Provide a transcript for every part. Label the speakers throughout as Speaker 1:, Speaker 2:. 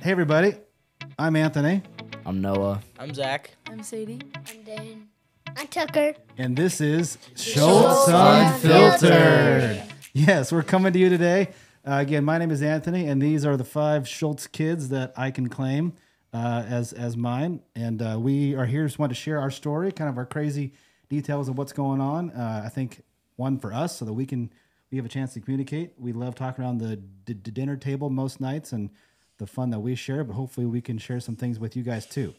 Speaker 1: Hey, everybody. I'm Anthony,
Speaker 2: I'm Noah.
Speaker 3: I'm Zach.
Speaker 4: I'm Sadie.
Speaker 5: I'm Dan. I'm Tucker.
Speaker 1: and this is Schultz Unfiltered. Yes, we're coming to you today. Uh, again, my name is Anthony, and these are the five Schultz kids that I can claim uh, as as mine. And uh, we are here just want to share our story, kind of our crazy details of what's going on. Uh, I think one for us, so that we can we have a chance to communicate. We love talking around the d- d- dinner table most nights and the fun that we share. But hopefully, we can share some things with you guys too.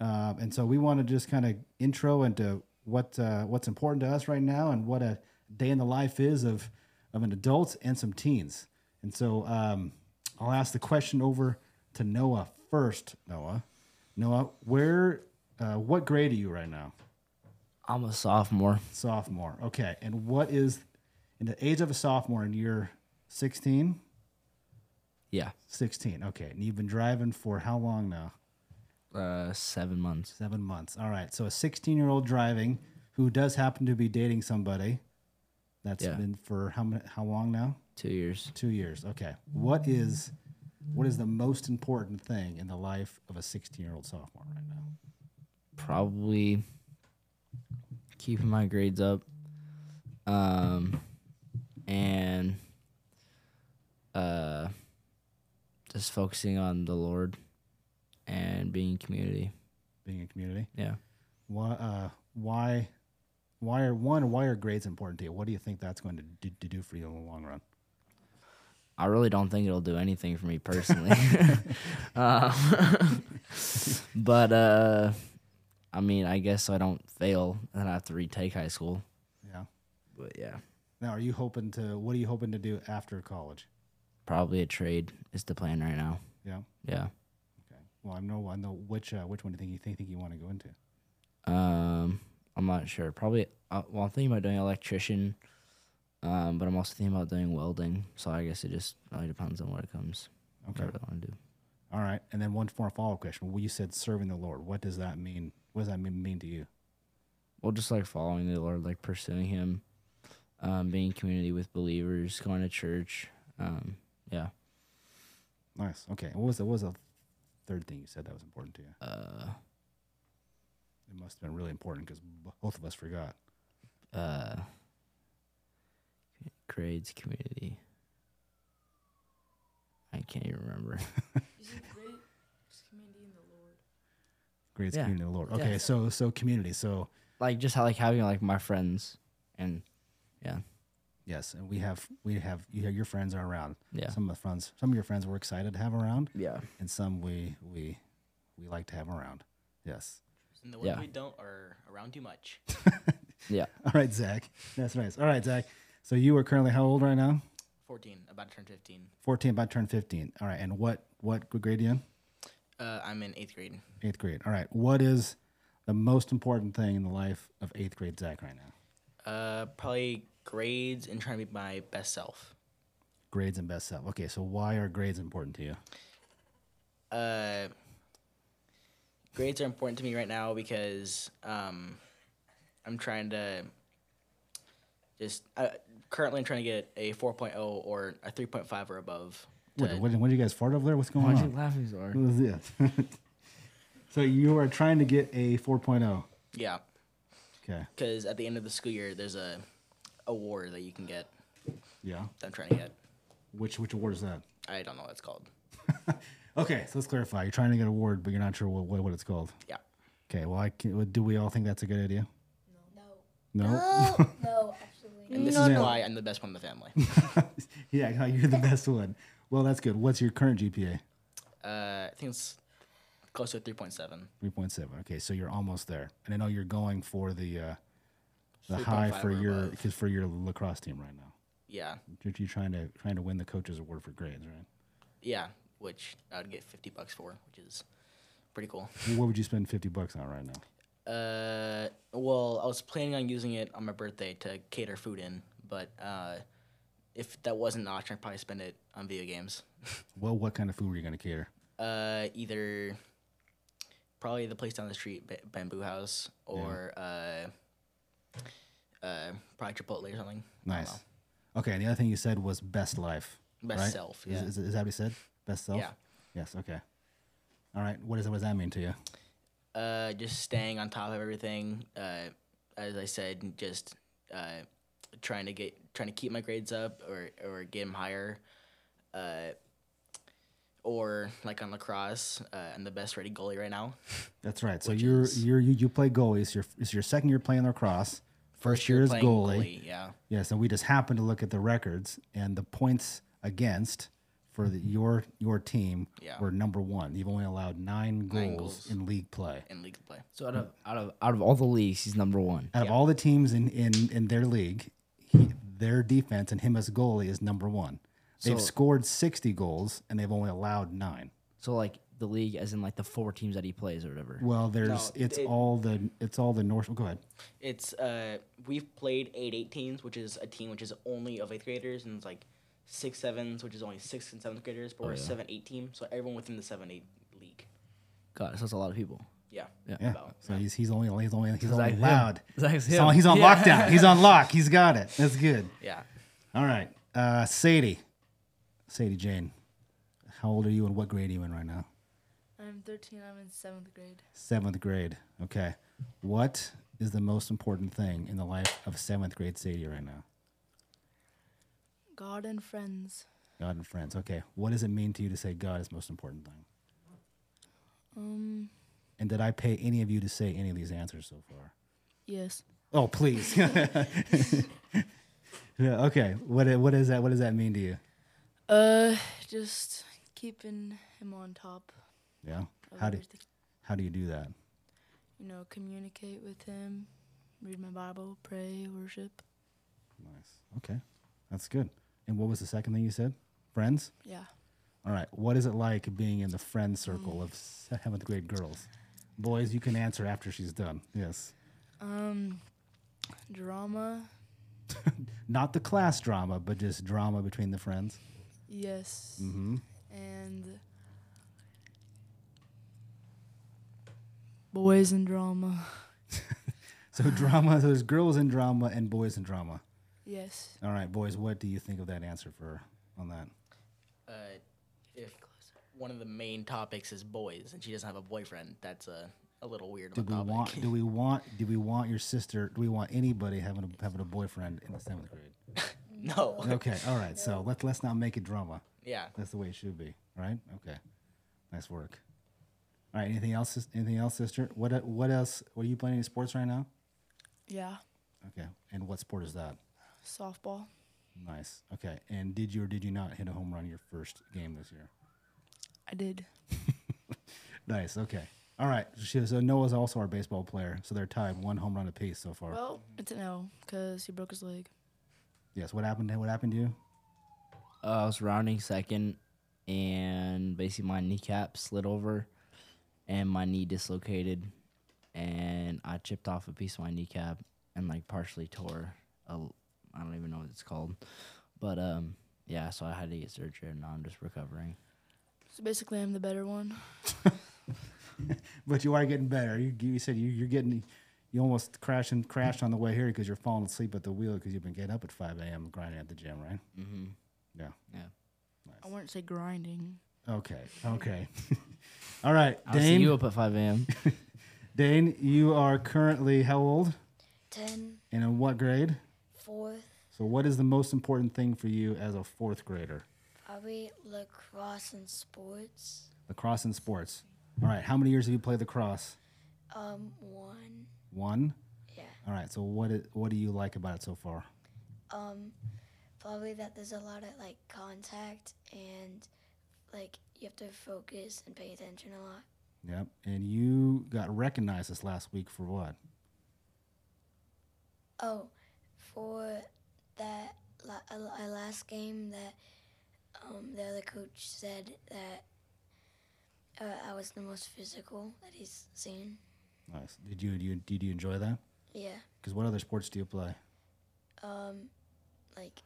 Speaker 1: Um, and so we want to just kind of intro into what uh, what's important to us right now and what a day in the life is of of an adult and some teens. And so um, I'll ask the question over to Noah first. Noah, Noah, where uh, what grade are you right now?
Speaker 2: I'm a sophomore.
Speaker 1: Sophomore. Okay. And what is in the age of a sophomore and you're 16?
Speaker 2: Yeah.
Speaker 1: 16. Okay. And you've been driving for how long now?
Speaker 2: Uh, seven months.
Speaker 1: Seven months. All right. So a 16 year old driving who does happen to be dating somebody that's
Speaker 2: Yeah.
Speaker 1: been for how many, how long now?
Speaker 2: Two years.
Speaker 1: Two years. Okay. What is what is the most important thing in the life of a 16 year old sophomore right now?
Speaker 2: Probably keeping my grades up. Um, and uh, just focusing on the Lord and being in community.
Speaker 1: Being in community.
Speaker 2: Yeah.
Speaker 1: Why uh, why why are one why are grades important to you? What do you think that's going to do, to do for you in the long run?
Speaker 2: I really don't think it'll do anything for me personally. um, but uh, I mean, I guess I don't fail and I have to retake high school.
Speaker 1: Yeah.
Speaker 2: But yeah,
Speaker 1: Now, are you hoping to? What are you hoping to do after college?
Speaker 2: probably a trade is the plan right now.
Speaker 1: Yeah.
Speaker 2: Yeah.
Speaker 1: Okay. Well, I know I know which uh, which one do you think you think, think you want to go into?
Speaker 2: Um, I'm not sure. Probably. Uh, well, I'm thinking about doing electrician. Um, but I'm also thinking about doing welding. So I guess it just really depends on what it comes.
Speaker 1: Okay.
Speaker 2: Whatever I want to do.
Speaker 1: All right. And then one more follow up question. Well, you said serving the Lord. What does that mean? What does that mean, mean to you?
Speaker 2: well, just like following the Lord, like pursuing Him, um, being in community with believers, going to church. Um, yeah.
Speaker 1: Nice. Okay. What was the what was the third thing you said that was important to you?
Speaker 2: Uh,
Speaker 1: It must have been really important because both of us forgot.
Speaker 2: uh, grades, community. I can't even remember.
Speaker 1: Grades,
Speaker 2: Yeah.
Speaker 1: community, the Lord. Okay. So so community. So
Speaker 2: like just how like having like my friends and yeah,
Speaker 1: yes, and we have we have you have your friends are around.
Speaker 2: Yeah.
Speaker 1: Some of the friends, some of your friends we're excited to have around,
Speaker 2: yeah,
Speaker 1: and some we we we like to have around. Yes.
Speaker 3: And the ones
Speaker 2: Yeah.
Speaker 3: we don't are around too much.
Speaker 2: yeah.
Speaker 1: All right, Zach. That's nice. All right, Zach. So you are currently how old right now?
Speaker 3: 14, about to turn 15.
Speaker 1: 14, about to turn 15. All right. And what what grade are you in?
Speaker 3: Uh, I'm in eighth grade.
Speaker 1: Eighth grade. All right. What is the most important thing in the life of eighth grade Zach right now?
Speaker 3: Uh, probably grades and trying to be my best self.
Speaker 1: Grades and best self. Okay. So why are grades important to you?
Speaker 3: Uh, grades are important to me right now because um, I'm trying to just uh, currently I'm trying to get a 4.0 or a 3.5 or above.
Speaker 1: What,
Speaker 3: to-
Speaker 1: what, what did you guys fart over there? What's going on?
Speaker 2: laughing so hard?
Speaker 1: What is this? so you are trying to get a 4.0.
Speaker 3: yeah,
Speaker 1: Okay.
Speaker 3: because at the end of the school year, there's a award that you can get.
Speaker 1: Yeah.
Speaker 3: That I'm trying to get.
Speaker 1: Which which award is that?
Speaker 3: I don't know what it's called.
Speaker 1: Okay. So let's clarify. You're trying to get an award, but you're not sure what, what, what it's called.
Speaker 3: Yeah.
Speaker 1: Okay. Well, I can, do we all think that's a good idea? No. No.
Speaker 5: No, no, absolutely.
Speaker 3: And this
Speaker 1: No,
Speaker 3: is
Speaker 1: no.
Speaker 3: why I'm the best one in the family.
Speaker 1: yeah, no, you're the best one. Well, that's good. What's your current GPA?
Speaker 3: Uh, I think it's close to 3.7.
Speaker 1: 3.7. Okay, so you're almost there. And I know you're going for the uh, the
Speaker 3: 3.5
Speaker 1: high for
Speaker 3: or
Speaker 1: your
Speaker 3: above.
Speaker 1: cause for your lacrosse team right now.
Speaker 3: Yeah.
Speaker 1: You're, you're trying to trying to win the coaches award for grades, right?
Speaker 3: Yeah. Which I would get 50 bucks for, which is pretty cool.
Speaker 1: What would you spend 50 bucks on right now?
Speaker 3: Uh, well, I was planning on using it on my birthday to cater food in, but uh, if that wasn't an option, I'd probably spend it on video games.
Speaker 1: Well, what kind of food were you going to cater?
Speaker 3: Uh, either probably the place down the street, B- Bamboo House, or uh, uh, probably Chipotle or something. I don't know.
Speaker 1: Nice. Okay, and the other thing you said was best life.
Speaker 3: Best
Speaker 1: right?
Speaker 3: self,
Speaker 1: Is-
Speaker 3: yeah.
Speaker 1: Is, is that what you said? Best self?
Speaker 3: Yeah.
Speaker 1: Yes, okay. All right. What, is, what does that mean to you?
Speaker 3: Uh, just staying on top of everything. Uh, as I said, and just uh, trying to get trying to keep my grades up or or get them higher. Uh, or like on lacrosse, uh, I'm the best rated goalie right now.
Speaker 1: That's right. So you're, you're you you play goalie. It's your it's your second year playing lacrosse. First year is
Speaker 3: Playing
Speaker 1: goalie.
Speaker 3: yeah.
Speaker 1: Yeah. So we just happened to look at the records and the points against for the, your your team
Speaker 3: Yeah.
Speaker 1: were number one. You've only allowed nine goals,
Speaker 3: goals.
Speaker 1: in league play.
Speaker 3: In league play,
Speaker 2: So out of out of out of all the leagues, he's number one.
Speaker 1: Out of all the teams in in, in their league, he, their defense and him as goalie is number one. They've
Speaker 2: So-
Speaker 1: scored sixty goals and they've only allowed nine.
Speaker 2: So like the league, as in like the four teams that he plays or whatever.
Speaker 1: Well, there's
Speaker 3: No,
Speaker 1: it's
Speaker 3: it-
Speaker 1: all the it's all the North. Go ahead.
Speaker 3: it's uh, we've played eight eight teams, which is a team which is only of eighth graders, and it's like six sevens, which is only sixth and seventh graders,
Speaker 1: Oh,
Speaker 3: but we're a seven eight team, so everyone within the seven eight league.
Speaker 2: God, so that's a lot of people.
Speaker 3: Yeah.
Speaker 2: Yeah.
Speaker 1: Yeah.
Speaker 3: About.
Speaker 1: So he's he's only he's only he's only
Speaker 2: like him.
Speaker 1: loud.
Speaker 2: It's like it's
Speaker 1: He's on,
Speaker 2: him.
Speaker 1: he's on
Speaker 2: Yeah.
Speaker 1: lockdown. He's on lock. He's got it. That's good.
Speaker 3: Yeah.
Speaker 1: All right. Uh, Sadie, Sadie Jane, how old are you and what grade are you in right now?
Speaker 4: I'm 13. I'm in seventh grade.
Speaker 1: Seventh grade. Okay. What is the most important thing in the life of seventh grade Sadie right now?
Speaker 4: God and friends.
Speaker 1: God and friends. Okay. What does it mean to you to say God is the most important thing?
Speaker 4: Um.
Speaker 1: And did I pay any of you to say any of these answers so far?
Speaker 4: Yes.
Speaker 1: Oh, please. yeah, okay. What what is that? What does that mean to you?
Speaker 4: Uh. Just keeping him on top
Speaker 1: Yeah.
Speaker 4: of
Speaker 1: How do
Speaker 4: everything.
Speaker 1: how do you do that?
Speaker 4: You know, communicate with him, read my Bible, pray, worship.
Speaker 1: Nice. Okay. That's good. And what was the second thing you said? Friends?
Speaker 4: Yeah.
Speaker 1: All right. What is it like being in the friend circle of seventh grade girls? Boys, you can answer after she's done. Yes.
Speaker 4: Um. Drama.
Speaker 1: Not the class drama, but just drama between the friends.
Speaker 4: Yes.
Speaker 1: hmm
Speaker 4: And. Boys and drama.
Speaker 1: So drama, so there's girls in drama and boys in drama.
Speaker 4: Yes.
Speaker 1: All right, boys, what do you think of that answer for on that?
Speaker 3: Uh, if one of the main topics is boys and she doesn't have a boyfriend, that's a, a little weird
Speaker 1: Do
Speaker 3: of a
Speaker 1: we
Speaker 3: topic.
Speaker 1: want do we want do we want your sister do we want anybody having a having a boyfriend in the seventh grade?
Speaker 3: no.
Speaker 1: Okay, all right. So let's let's not make it drama.
Speaker 3: Yeah.
Speaker 1: That's the way it should be, right? Okay. Nice work. All right. Anything else? sis- Anything else, sister? What e- What else? What are you playing in sports right now?
Speaker 4: Yeah.
Speaker 1: Okay. And what sport is that?
Speaker 4: Softball.
Speaker 1: Nice. Okay. And did you or did you not hit a home run your first game this year?
Speaker 4: I did.
Speaker 1: Nice. Okay. All right. She- So Noah's also our baseball player. So they're tied one home run apiece so far.
Speaker 4: Well, it's an L because he broke his leg.
Speaker 1: yes. What happened? to- What happened to you?
Speaker 2: Uh, I was rounding second, and basically my kneecap slid over, and my knee dislocated, and I chipped off a piece of my kneecap and like partially tore. A, I don't even know what it's called, but um, yeah. So I had to get surgery, and now I'm just recovering.
Speaker 4: So basically, I'm the better one.
Speaker 1: But you are getting better. You, you said you, you're getting. You almost crashed and crashed on the way here because you're falling asleep at the wheel because you've been getting up at 5 a.m. grinding at the gym, right?
Speaker 2: Mm-hmm.
Speaker 1: Yeah.
Speaker 2: Yeah.
Speaker 4: I wouldn't say grinding.
Speaker 1: Okay. Okay. All right,
Speaker 2: I'll see
Speaker 1: Dane.
Speaker 2: you up at 5 a.m.
Speaker 1: Dane, you are currently how old
Speaker 5: Ten,
Speaker 1: and in what grade?
Speaker 5: fourth,
Speaker 1: So, what is the most important thing for you as a fourth grader?
Speaker 5: probably lacrosse and sports.
Speaker 1: Lacrosse and sports. All right. How many years have you played lacrosse?
Speaker 5: Um, one.
Speaker 1: One.
Speaker 5: Yeah.
Speaker 1: All right. So, what is, what do you like about it so far?
Speaker 5: Um, probably that there's a lot of like contact and like you have to focus and pay attention a lot.
Speaker 1: Yep. And you got recognized this last week for what?
Speaker 5: Oh, for that la- uh, uh, last game that um, the other coach said that uh, I was the most physical that he's seen.
Speaker 1: Nice. Did you do you did you enjoy that?
Speaker 5: Yeah,
Speaker 1: Because what other sports do you play?
Speaker 5: um, like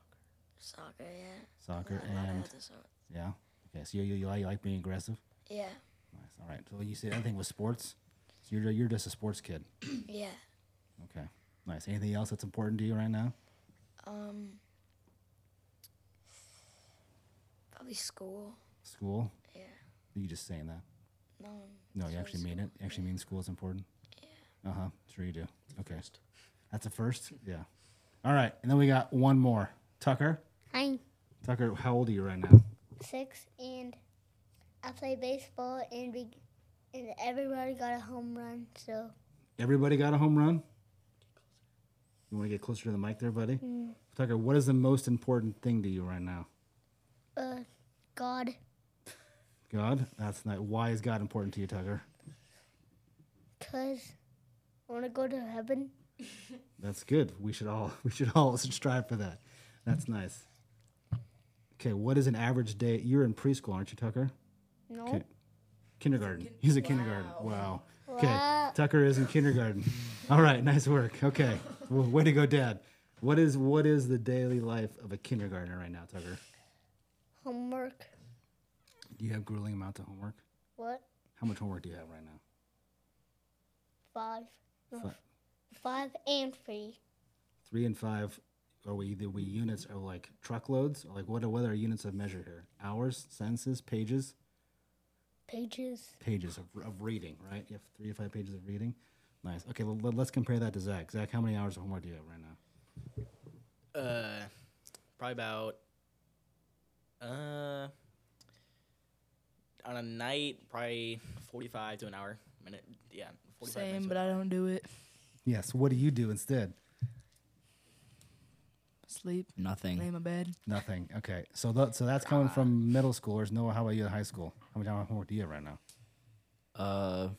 Speaker 5: soccer. Yeah,
Speaker 1: Soccer
Speaker 5: A lot of
Speaker 1: and
Speaker 5: other sort-
Speaker 1: yeah. Okay. So you, you, you like being aggressive.
Speaker 5: Yeah,
Speaker 1: Nice. All right. So you said everything was sports. So you're you're just a sports kid.
Speaker 5: yeah.
Speaker 1: Okay. Nice. Anything else that's important to you right now?
Speaker 5: Um, probably school.
Speaker 1: School?
Speaker 5: Yeah.
Speaker 1: You just saying that?
Speaker 5: No.
Speaker 1: No, you actually mean it. You actually mean school is important. Uh huh. Sure you do. Okay. That's a first. Yeah. All right, and then we got one more. Tucker.
Speaker 6: I'm
Speaker 1: Tucker, how old are you right now?
Speaker 6: six and I play baseball and we and everybody got a home run. So
Speaker 1: Everybody got a home run. You want to get closer to the mic there, buddy? Tucker, what is the most important thing to you right now?
Speaker 6: uh, God,
Speaker 1: God. That's not. Why is God important to you, Tucker?
Speaker 6: cause I want to go to heaven.
Speaker 1: That's good. We should all we should all strive for that. That's nice. Okay, what is an average day? You're in preschool, aren't you, Tucker?
Speaker 6: No.
Speaker 1: Okay. Kindergarten. Oh. He's a kindergarten. Wow. Okay.
Speaker 6: Wow.
Speaker 1: Tucker is in kindergarten. All right, nice work. Okay. Well, way to go, Dad. What is what is the daily life of a kindergartner right now, Tucker?
Speaker 6: Homework.
Speaker 1: Do you have grueling amounts of homework?
Speaker 6: What?
Speaker 1: How much homework do you have right now?
Speaker 6: Five. No,
Speaker 1: Fi-
Speaker 6: Five and three.
Speaker 1: Three and five. Are we the we units are like truckloads? Or like what are what are units of measure here? Hours, sentences, pages?
Speaker 6: Pages.
Speaker 1: pages of, of reading, right? You have three to five pages of reading. Nice. Okay, well, let- let's compare that to Zach. Zach, how many hours of homework do you have right now?
Speaker 3: Uh, probably about. Uh, on a night, probably forty-five to an hour minute. Yeah, forty-five minutes.
Speaker 4: Same, but I don't do it.
Speaker 1: Yes. What do you do instead?
Speaker 4: Sleep. Lay in
Speaker 2: Nothing.
Speaker 4: my bed.
Speaker 1: Nothing. Okay. So that so that's coming
Speaker 2: Ah.
Speaker 1: from middle schoolers. Noah, how about you at high school? How much hour of homework do you have right now?
Speaker 2: Uh,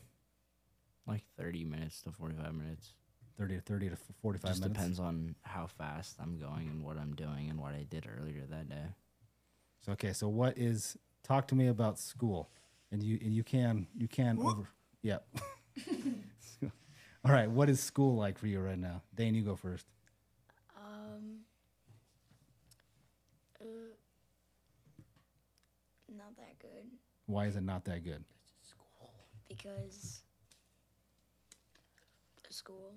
Speaker 2: like thirty minutes to forty-five minutes.
Speaker 1: Thirty to thirty to f- forty-five
Speaker 2: Just
Speaker 1: minutes.
Speaker 2: depends on how fast I'm going and what I'm doing and what I did earlier that day.
Speaker 1: So okay. So what is? Talk to me about school, and you and you can you can over. Yeah. All right. What is school like for you right now? Dane, you go first.
Speaker 5: Um. uh, not that good
Speaker 1: Why is it not that good?
Speaker 5: because school.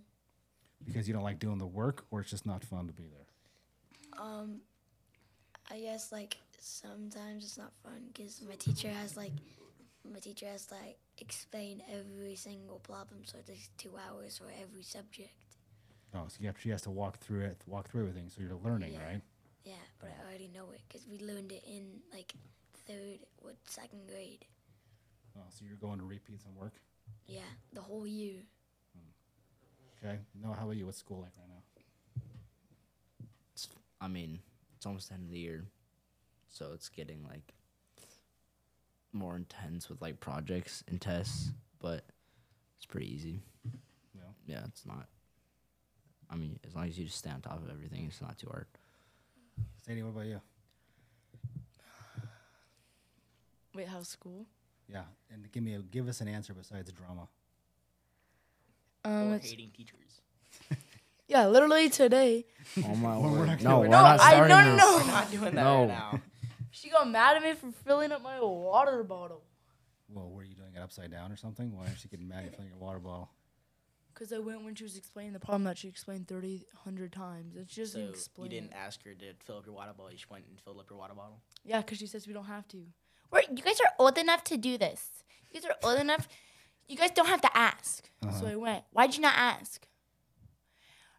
Speaker 1: Because you don't like doing the work, or it's just not fun to be there.
Speaker 5: Um, I guess like sometimes it's not fun because my teacher has like my teacher has to, like explain every single problem, so it takes two hours for every subject.
Speaker 1: Oh, so you have, she has to walk through it, walk through everything. So you're learning,
Speaker 5: Yeah.
Speaker 1: right?
Speaker 5: Yeah, but I already know it because we learned it in like third or second grade.
Speaker 1: Oh, so you're going to repeat some work.
Speaker 5: Yeah, the whole year.
Speaker 1: Okay. No, how about you? What's school like right now?
Speaker 2: It's, I mean, it's almost the end of the year, so it's getting like more intense with like projects and tests, but it's pretty easy.
Speaker 1: Yeah.
Speaker 2: Yeah, it's not. I mean, as long as you just stay on top of everything, it's not too hard.
Speaker 1: Sadie, what about you?
Speaker 4: Wait, how's school?
Speaker 1: Yeah, and give me a, give us an answer besides drama.
Speaker 4: Um,
Speaker 3: or
Speaker 4: it's-
Speaker 3: hating teachers.
Speaker 4: yeah, literally today.
Speaker 2: Oh my
Speaker 1: word.
Speaker 2: word!
Speaker 1: not
Speaker 2: No, we're
Speaker 1: doing
Speaker 2: not
Speaker 4: I
Speaker 2: starting
Speaker 4: no no
Speaker 2: this.
Speaker 4: no.
Speaker 3: We're not doing that
Speaker 2: No.
Speaker 3: right now.
Speaker 4: She got mad at me for filling up my water bottle
Speaker 1: Well, were you doing it upside down or something? Why is she getting mad at you filling your water bottle?
Speaker 4: because I went when she was explaining the problem that she explained 30, 100 times, and she
Speaker 3: So
Speaker 4: doesn't
Speaker 3: you
Speaker 4: explain.
Speaker 3: didn't
Speaker 4: it.
Speaker 3: ask her to fill up your water bottle. You just went and filled up your water bottle.
Speaker 4: Yeah, because she says we don't have to.
Speaker 7: We're, you guys are old enough to do this. You guys are old enough. You guys don't have to ask.
Speaker 4: So I went,
Speaker 7: Why'd you not ask?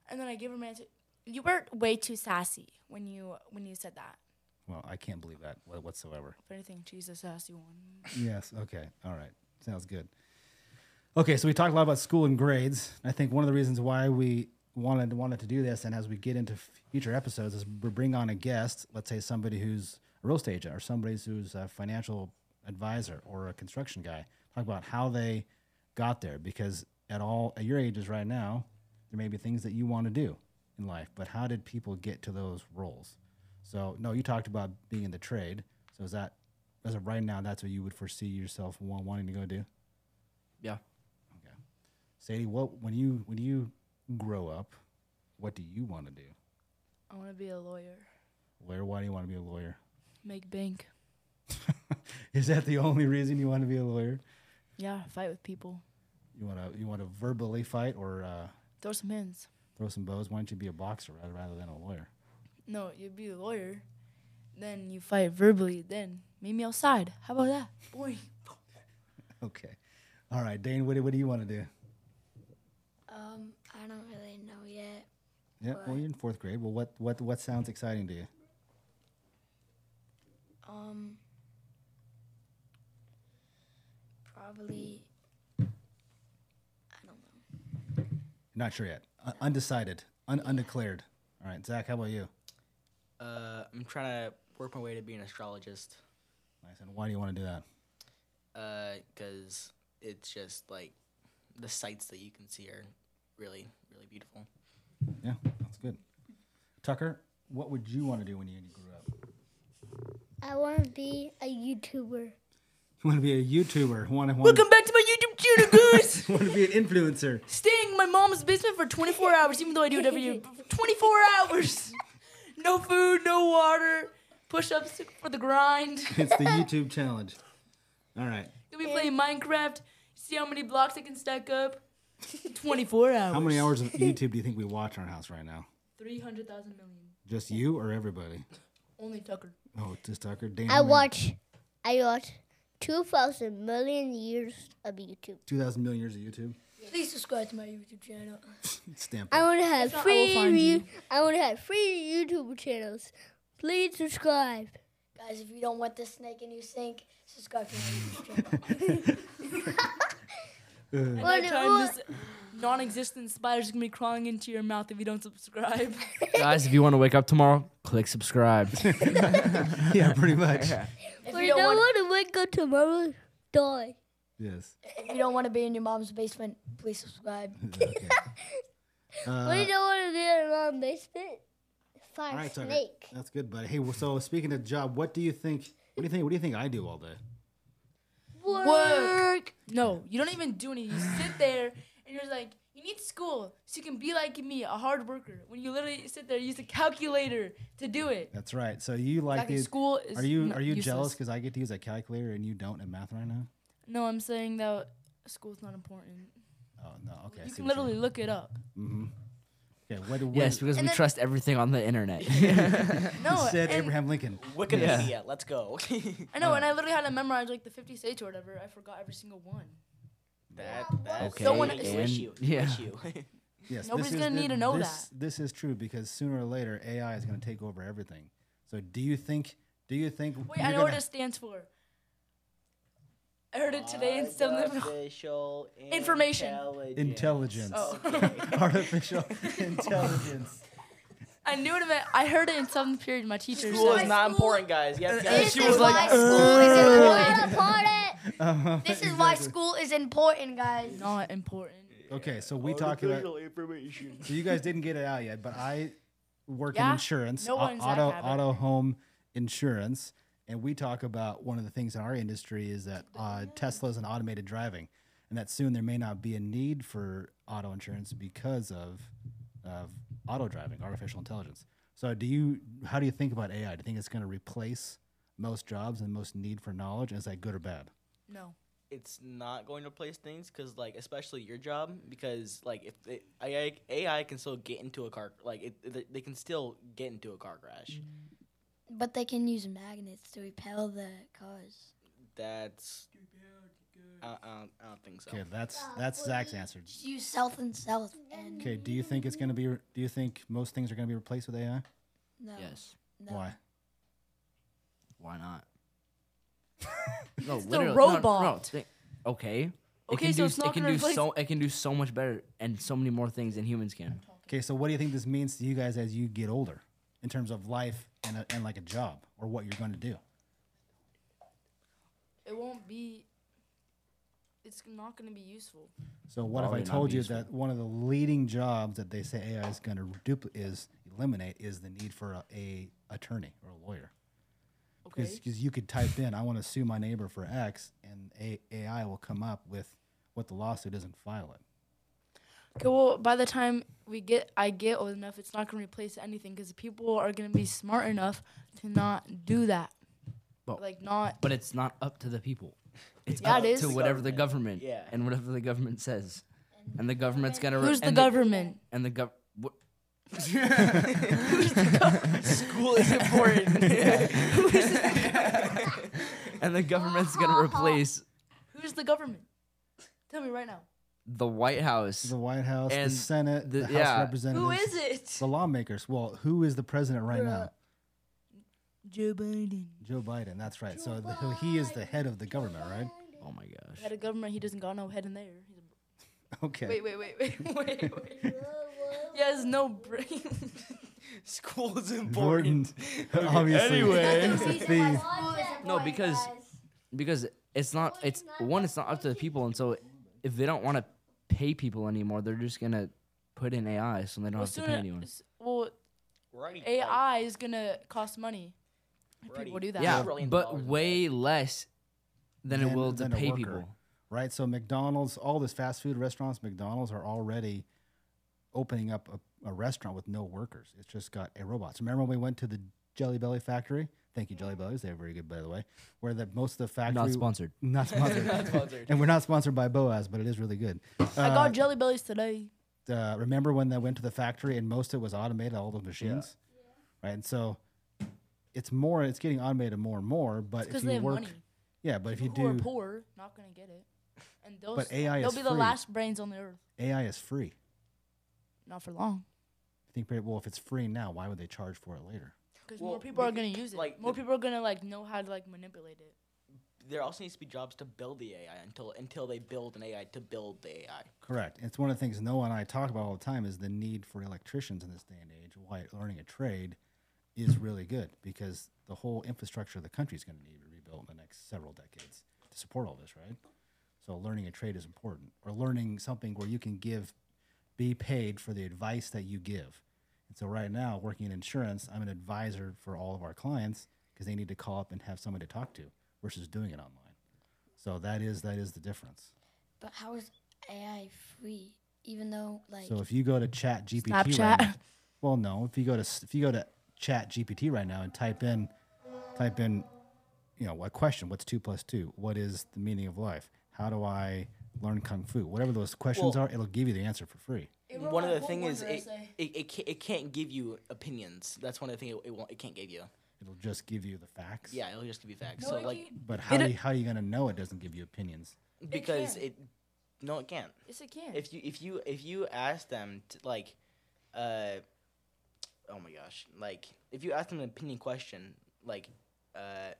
Speaker 4: and then I gave her my answer.
Speaker 7: You were way too sassy when you when you said that.
Speaker 1: Well, I can't believe that wha- whatsoever.
Speaker 4: If anything, she's a sassy one.
Speaker 1: yes. Okay. All right. Sounds good. Okay, so we talked a lot about school and grades. I think one of the reasons why we wanted wanted to do this, and as we get into future episodes, is we bring on a guest. Let's say somebody who's a real estate agent, or somebody who's a financial advisor, or a construction guy. Talk about how they got there, because at all at your ages right now, there may be things that you want to do in life, but how did people get to those roles? So, no, you talked about being in the trade. So is that as of right now, that's what you would foresee yourself wa- wanting to go do?
Speaker 2: Yeah.
Speaker 1: Okay. Sadie, what when you when you grow up, what do you want to do?
Speaker 4: I want to be a lawyer,
Speaker 1: Where why do you want to be a lawyer?
Speaker 4: make bank.
Speaker 1: Is that the only reason you want to be a lawyer?
Speaker 4: Yeah, fight with people,
Speaker 1: You want to you want to verbally fight or uh,
Speaker 4: throw some hands.
Speaker 1: throw some bows? Why don't you be a boxer rather, rather than a lawyer?
Speaker 4: No, you'd be a lawyer. Then you fight verbally. Then meet me outside. How about that? Boy.
Speaker 1: Okay. All right, Dane, what, do- what do you want to do?
Speaker 5: Um, I don't really know yet.
Speaker 1: Yeah, well, you're in fourth grade. Well, what, what, what sounds exciting to you?
Speaker 5: Um, probably. I don't know.
Speaker 1: Not sure yet. Uh, undecided, un- undeclared. All right, Zach, how about you?
Speaker 3: Uh, I'm trying to work my way to being an astrologist.
Speaker 1: Nice. And why do you want to do that?
Speaker 3: because Uh, it's just like the sights that you can see are really, really beautiful.
Speaker 1: Yeah, that's good. Tucker, what would you want to do when you, when you grew up?
Speaker 6: I want to be a YouTuber.
Speaker 1: You want to be a YouTuber. Want to want
Speaker 7: Welcome back to my YouTube channel, guys.
Speaker 1: to be an influencer.
Speaker 7: Staying in my mom's basement for 24 hours, even though I do it every year. 24 hours. No food, no water. Push-ups for the grind.
Speaker 1: It's the YouTube challenge. All right.
Speaker 7: Gonna be playing Minecraft. See how many blocks I can stack up. 24 hours.
Speaker 1: How many hours of YouTube do you think we watch in our house right now?
Speaker 7: 300,000 million.
Speaker 1: Just you or everybody?
Speaker 7: Only Tucker.
Speaker 1: Oh, just Tucker. Dan,
Speaker 6: I watch, I watch 2,000 million years of YouTube.
Speaker 1: two thousand million years of YouTube.
Speaker 4: Please subscribe to my YouTube channel.
Speaker 1: Stamp.
Speaker 6: I
Speaker 1: it.
Speaker 6: want to have
Speaker 4: not, I will
Speaker 6: free,
Speaker 4: find you.
Speaker 6: you. I want to have free YouTube channels. Please subscribe.
Speaker 8: Guys, if you don't want this snake in your sink, subscribe to my YouTube channel.
Speaker 7: By the
Speaker 6: What-
Speaker 7: time
Speaker 6: what-
Speaker 7: this non-existent spider's gonna be crawling into your mouth if you don't subscribe.
Speaker 2: Guys, if you want to wake up tomorrow, click subscribe.
Speaker 1: yeah, pretty much.
Speaker 8: If you
Speaker 6: We don't
Speaker 8: don't want,
Speaker 6: want to wake up tomorrow. Die.
Speaker 1: Yes.
Speaker 8: if you don't want to be in your mom's basement, please subscribe.
Speaker 1: Okay. Uh,
Speaker 6: we don't want to be in our own basement. Fire
Speaker 1: all right, Tucker.
Speaker 6: snake.
Speaker 1: That's good, buddy. Hey, well, so speaking of job, what do you think? What do you think? What do you think I do all day?
Speaker 7: Work. No, you don't even do anything. You sit there and you're like, you need school so you can be like me, a hard worker. When you literally sit there, you use a calculator to do it.
Speaker 1: That's right. So you like
Speaker 7: Fucking
Speaker 1: the
Speaker 7: school is
Speaker 1: Are you
Speaker 7: not
Speaker 1: are you
Speaker 7: useless.
Speaker 1: jealous because I get to use a calculator and you don't in math right now?
Speaker 7: No, I'm saying that school's not important.
Speaker 1: Oh no. Okay. I
Speaker 7: you
Speaker 1: see
Speaker 7: can
Speaker 1: what Mm-hmm.
Speaker 7: literally look it up.
Speaker 1: Okay. What? what
Speaker 2: yes, because
Speaker 7: And
Speaker 2: we
Speaker 7: then-
Speaker 2: trust everything on the internet.
Speaker 7: No,
Speaker 1: said
Speaker 7: and-
Speaker 1: Abraham Lincoln.
Speaker 3: Wikipedia, let's go.
Speaker 7: I know, and I literally had to memorize like the 50 states or whatever. I forgot every single one.
Speaker 3: that,
Speaker 2: Okay,
Speaker 3: Someone
Speaker 2: Someone-
Speaker 3: wish you.
Speaker 2: and- yeah.
Speaker 3: Wish you.
Speaker 1: Yes.
Speaker 7: Nobody's
Speaker 1: this is
Speaker 7: gonna
Speaker 1: the-
Speaker 7: need to know
Speaker 1: this, This is true because sooner or later AI is going to take over everything. So do you think? Do you think?
Speaker 7: Wait, I know what it stands for. I heard it today in subliminal.
Speaker 3: Artificial
Speaker 7: Information.
Speaker 1: Intelligence.
Speaker 7: Oh,
Speaker 1: Artificial intelligence.
Speaker 7: I knew what it meant. I heard it in some period. My teacher
Speaker 3: School
Speaker 7: said.
Speaker 3: is not important, guys. You have to
Speaker 8: This
Speaker 3: she
Speaker 8: is
Speaker 3: was like,
Speaker 8: why school is important.
Speaker 1: Uh-huh,
Speaker 8: This is why
Speaker 1: exactly.
Speaker 8: school is important, guys.
Speaker 7: Not important.
Speaker 1: Okay, so we talked about.
Speaker 3: information.
Speaker 1: So you guys didn't get it out yet, but I work in
Speaker 7: Yeah,
Speaker 1: insurance,
Speaker 7: no
Speaker 1: au-
Speaker 7: one's that
Speaker 1: auto
Speaker 7: habit.
Speaker 1: auto home insurance, and we talk about one of the things in our industry is that uh, Tesla's and automated driving, and that soon there may not be a need for auto insurance because of of auto driving, artificial intelligence. So, do you how do you think about AI? Do you think it's going to replace most jobs and most need for knowledge? Is that good or bad?
Speaker 7: No.
Speaker 3: it's not going to replace things because like especially your job because like if they, AI, AI can still get into a car like it, they- they can still get into a car crash.
Speaker 5: But they can use magnets to repel the cars.
Speaker 3: That's I, I, don't, I don't think so.
Speaker 1: Okay, that's that's Zach's answer.
Speaker 5: Just use self and self and
Speaker 1: Okay, do you think it's going to be? re- Do you think most things are going to be replaced with AI?
Speaker 5: no.
Speaker 2: yes.
Speaker 5: no.
Speaker 1: Why?
Speaker 2: Why not? no,
Speaker 7: the
Speaker 2: literally- no, No, no,
Speaker 7: robot.
Speaker 2: think- okay.
Speaker 7: Okay,
Speaker 2: it can
Speaker 7: so
Speaker 2: do,
Speaker 7: it's not
Speaker 2: it can
Speaker 7: gonna
Speaker 2: do
Speaker 7: replace-
Speaker 2: so it can do so much better and so many more things than humans can.
Speaker 1: Okay, so what do you think this means to you guys as you get older, in terms of life and a, and like a job or what you're going to do?
Speaker 7: It won't be. It's not going to be useful.
Speaker 1: So what
Speaker 2: Probably
Speaker 1: if I
Speaker 2: not
Speaker 1: told you
Speaker 2: useful.
Speaker 1: that one of the leading jobs that they say AI is going to dupl- is eliminate is the need for a, a attorney or a lawyer?
Speaker 7: Okay.
Speaker 1: Because you could type in I want to sue my neighbor for X, and a- AI will come up with what the lawsuit is and file it.
Speaker 7: Okay, well, by the time we get, I get old enough, it's not going to replace anything because people are going to be smart enough to not do that.
Speaker 2: But-
Speaker 7: like not.
Speaker 2: But it's not up to the people. It's
Speaker 7: Yeah,
Speaker 2: up
Speaker 7: it is.
Speaker 2: to whatever the government
Speaker 3: Yeah.
Speaker 2: and whatever the government says. And the government's gonna re-
Speaker 7: Who's the
Speaker 2: and
Speaker 7: government?
Speaker 2: and the gov wha-
Speaker 3: School is important.
Speaker 2: and the government's gonna replace
Speaker 7: Who's is the government? Tell me right now.
Speaker 2: the White House.
Speaker 1: The White House,
Speaker 2: And
Speaker 1: the Senate, the,
Speaker 2: the-
Speaker 1: House
Speaker 2: yeah.
Speaker 1: of
Speaker 2: Who
Speaker 1: Representatives.
Speaker 7: Who is it?
Speaker 1: The lawmakers. Well, who is the president right now?
Speaker 7: Joe Biden.
Speaker 1: Joe Biden. That's right. so the, who- he is the head of the government, right?
Speaker 2: oh my gosh.
Speaker 7: Head of government, he doesn't got no head in there. He's a-
Speaker 1: Okay.
Speaker 7: Wait, wait, wait, wait, wait, wait. he has no brain.
Speaker 3: School is
Speaker 1: Important.
Speaker 3: important.
Speaker 1: Obviously.
Speaker 2: Anyway.
Speaker 1: The-
Speaker 2: No, because because it's not it's one it's not up to the people, and so if they don't want to pay people anymore, they're just gonna put in AI, so they don't
Speaker 7: well,
Speaker 2: have to pay anyone.
Speaker 7: soon, well,
Speaker 3: We're already tight.
Speaker 7: AI is gonna cost money. if
Speaker 3: We're already-
Speaker 7: People do that.
Speaker 2: Yeah,
Speaker 3: Trillion
Speaker 2: but
Speaker 3: dollars in
Speaker 2: way less than it
Speaker 1: Than-
Speaker 2: will to
Speaker 1: than a
Speaker 2: pay
Speaker 1: worker.
Speaker 2: people.
Speaker 1: right. So McDonald's, all this fast food restaurants, McDonald's are already opening up a, a restaurant with no workers. It's just got a robots. Remember when we went to the Jelly Belly factory? Thank you, Jelly Bellies. They're very good, by the way. Where the most of the factory
Speaker 2: Not sponsored.
Speaker 1: Not sponsored.
Speaker 3: sponsored.
Speaker 1: and we're not sponsored by Boaz, but it is really good.
Speaker 7: I got jelly bellies today.
Speaker 1: uh, remember when they went to the factory and most of it was automated, all the machines, right? And so it's more, it's getting automated more and more. But
Speaker 7: Because
Speaker 1: if
Speaker 7: they
Speaker 1: you
Speaker 7: have
Speaker 1: work,
Speaker 7: money.
Speaker 1: yeah, but if you
Speaker 7: People who are
Speaker 1: do,
Speaker 7: poor, not gonna get it. And they'll
Speaker 1: But
Speaker 7: s-
Speaker 1: AI
Speaker 7: they'll
Speaker 1: is
Speaker 7: be the
Speaker 1: free.
Speaker 7: last brains on the earth.
Speaker 1: AI is free.
Speaker 7: Not for long.
Speaker 1: I think, pretty- well, if it's free now, why would they charge for it later?
Speaker 7: Because
Speaker 3: Well,
Speaker 7: more people
Speaker 3: we
Speaker 7: are
Speaker 3: could-
Speaker 7: gonna use it.
Speaker 3: like,
Speaker 7: more
Speaker 3: the-
Speaker 7: people are gonna like know how to like manipulate it.
Speaker 3: There also needs to be jobs to build the AI until until they build an AI to build the AI.
Speaker 1: Correct. It's one of the things Noah and I talk about all the time is the need for electricians in this day and age. Why learning a trade is really good because the whole infrastructure of the country is going to need to be rebuilt in the next several decades to support all this, right? So learning a trade is important, or learning something where you can give, be paid for the advice that you give. And so right now, working in insurance, I'm an advisor for all of our clients because they need to call up and have somebody to talk to versus doing it online. So that is that is the difference.
Speaker 5: But how is AI free? Even though like
Speaker 1: So if you go to Chat GPT,
Speaker 7: Snapchat.
Speaker 1: Right now, well, no. If you go to s- if you go to Chat GPT right now and type in, type in, you know, a question. What's two plus two? What is the meaning of life? How do I learn kung fu? Whatever those questions
Speaker 3: Well-
Speaker 1: are, it'll give you the answer for free.
Speaker 3: One of the thing is it,
Speaker 7: essay.
Speaker 3: it, it, can't, it can't give you opinions. That's one of the things it, it won't it can't give you.
Speaker 1: It'll just give you the facts.
Speaker 3: Yeah, it'll just give you facts. so like
Speaker 1: But how do you, how are you gonna know it doesn't give you opinions?
Speaker 3: because
Speaker 7: can.
Speaker 3: it no it can't.
Speaker 7: Yes, it can.
Speaker 3: if you if you if you ask them to like uh oh my gosh like if you ask them an opinion question like uh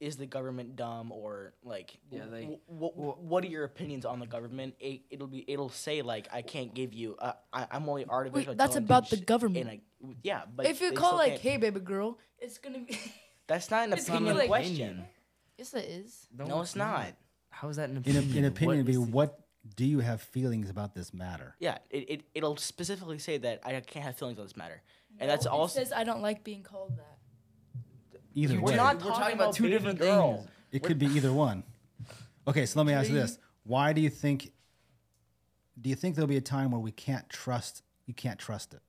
Speaker 3: is the government dumb or like
Speaker 2: Yeah, they-
Speaker 3: w- what are your opinions on the government it, it'll be it'll say like i can't give you uh, I, i'm only artificial
Speaker 7: that's about the
Speaker 3: intelligence
Speaker 7: government.
Speaker 3: and I- yeah but
Speaker 7: if you
Speaker 3: they
Speaker 7: call
Speaker 3: still
Speaker 7: like,
Speaker 3: can't-
Speaker 7: "Hey, baby girl," it's gonna be.
Speaker 3: that's not an
Speaker 7: it's gonna be
Speaker 3: opinion
Speaker 7: like-
Speaker 3: question
Speaker 7: yes, it is.
Speaker 3: no it's not
Speaker 2: How is that an
Speaker 1: In,
Speaker 2: opinion?
Speaker 1: a, in opinion,
Speaker 2: What
Speaker 1: would be
Speaker 2: is the-
Speaker 1: what do you have feelings about this matter?
Speaker 3: yeah it, it it'll specifically say that i can't have feelings on this matter and that's also
Speaker 7: It says I don't like being called that.
Speaker 1: Either
Speaker 3: We're
Speaker 1: way,
Speaker 3: not talking, about two different girls.
Speaker 1: It could be either one. Okay, so let me ask you this: Why do you think? Do you think there'll be a time where we can't trust? You can't trust it.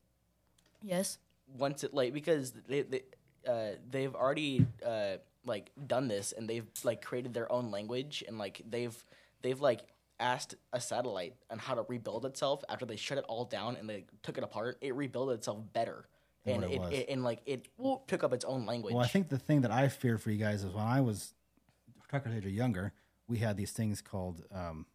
Speaker 7: Yes.
Speaker 3: Once it like because they, they uh, they've already uh, like done this and they've like created their own language and like they've they've like asked a satellite on how to rebuild itself after they shut it all down and they took it apart. It rebuilt itself better
Speaker 1: Than
Speaker 3: and
Speaker 1: what it
Speaker 3: it,
Speaker 1: was.
Speaker 3: it- and like it took up its own language.
Speaker 1: Well, I think the thing that I fear for you guys is when I was Tucker's age or younger, we had these things called um,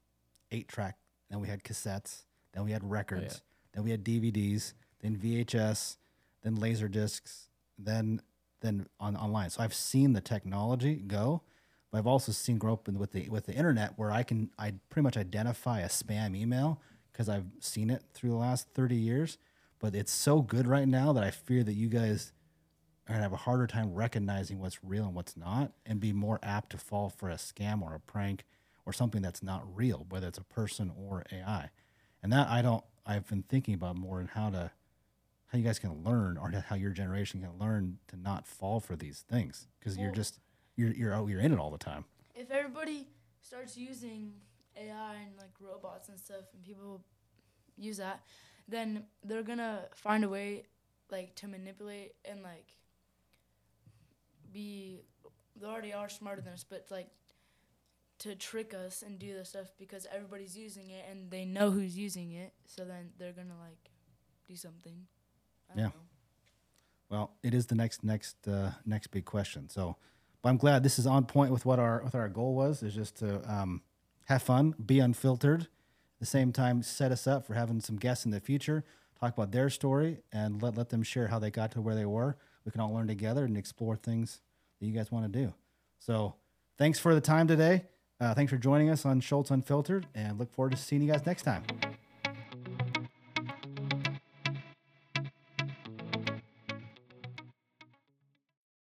Speaker 1: eight track, then we had cassettes, then we had records, then we had DVDs, then VHS, then laser discs, then then on online. So I've seen the technology go, but I've also seen grow up in, with the with the internet where I can I pretty much identify a spam email because I've seen it through the last thirty years. But it's so good right now that I fear that you guys are gonna have a harder time recognizing what's real and what's not, and be more apt to fall for a scam or a prank or something that's not real, whether it's a person or AI. And that I don't. I've been thinking about more and how to, how you guys can learn or how your generation can learn to not fall for these things because you're just you're you're oh, you're in it all the time.
Speaker 7: If everybody starts using AI and like robots and stuff, and people use that, then they're gonna find a way, like, to manipulate and like be. They already are smarter than us, but like to trick us and do this stuff because everybody's using it and they know who's using it. So then they're gonna like do something. I don't
Speaker 1: Yeah.
Speaker 7: know.
Speaker 1: Well, it is the next next uh, next big question. So But I'm glad this is on point with what our with our goal was. Is just to um, have fun, be unfiltered, at the same time set us up for having some guests in the future. Talk about their story and let let them share how they got to where they were. We can all learn together and explore things that you guys want to do. So thanks for the time today. Uh, thanks for joining us on Schultz Unfiltered, and look forward to seeing you guys next time.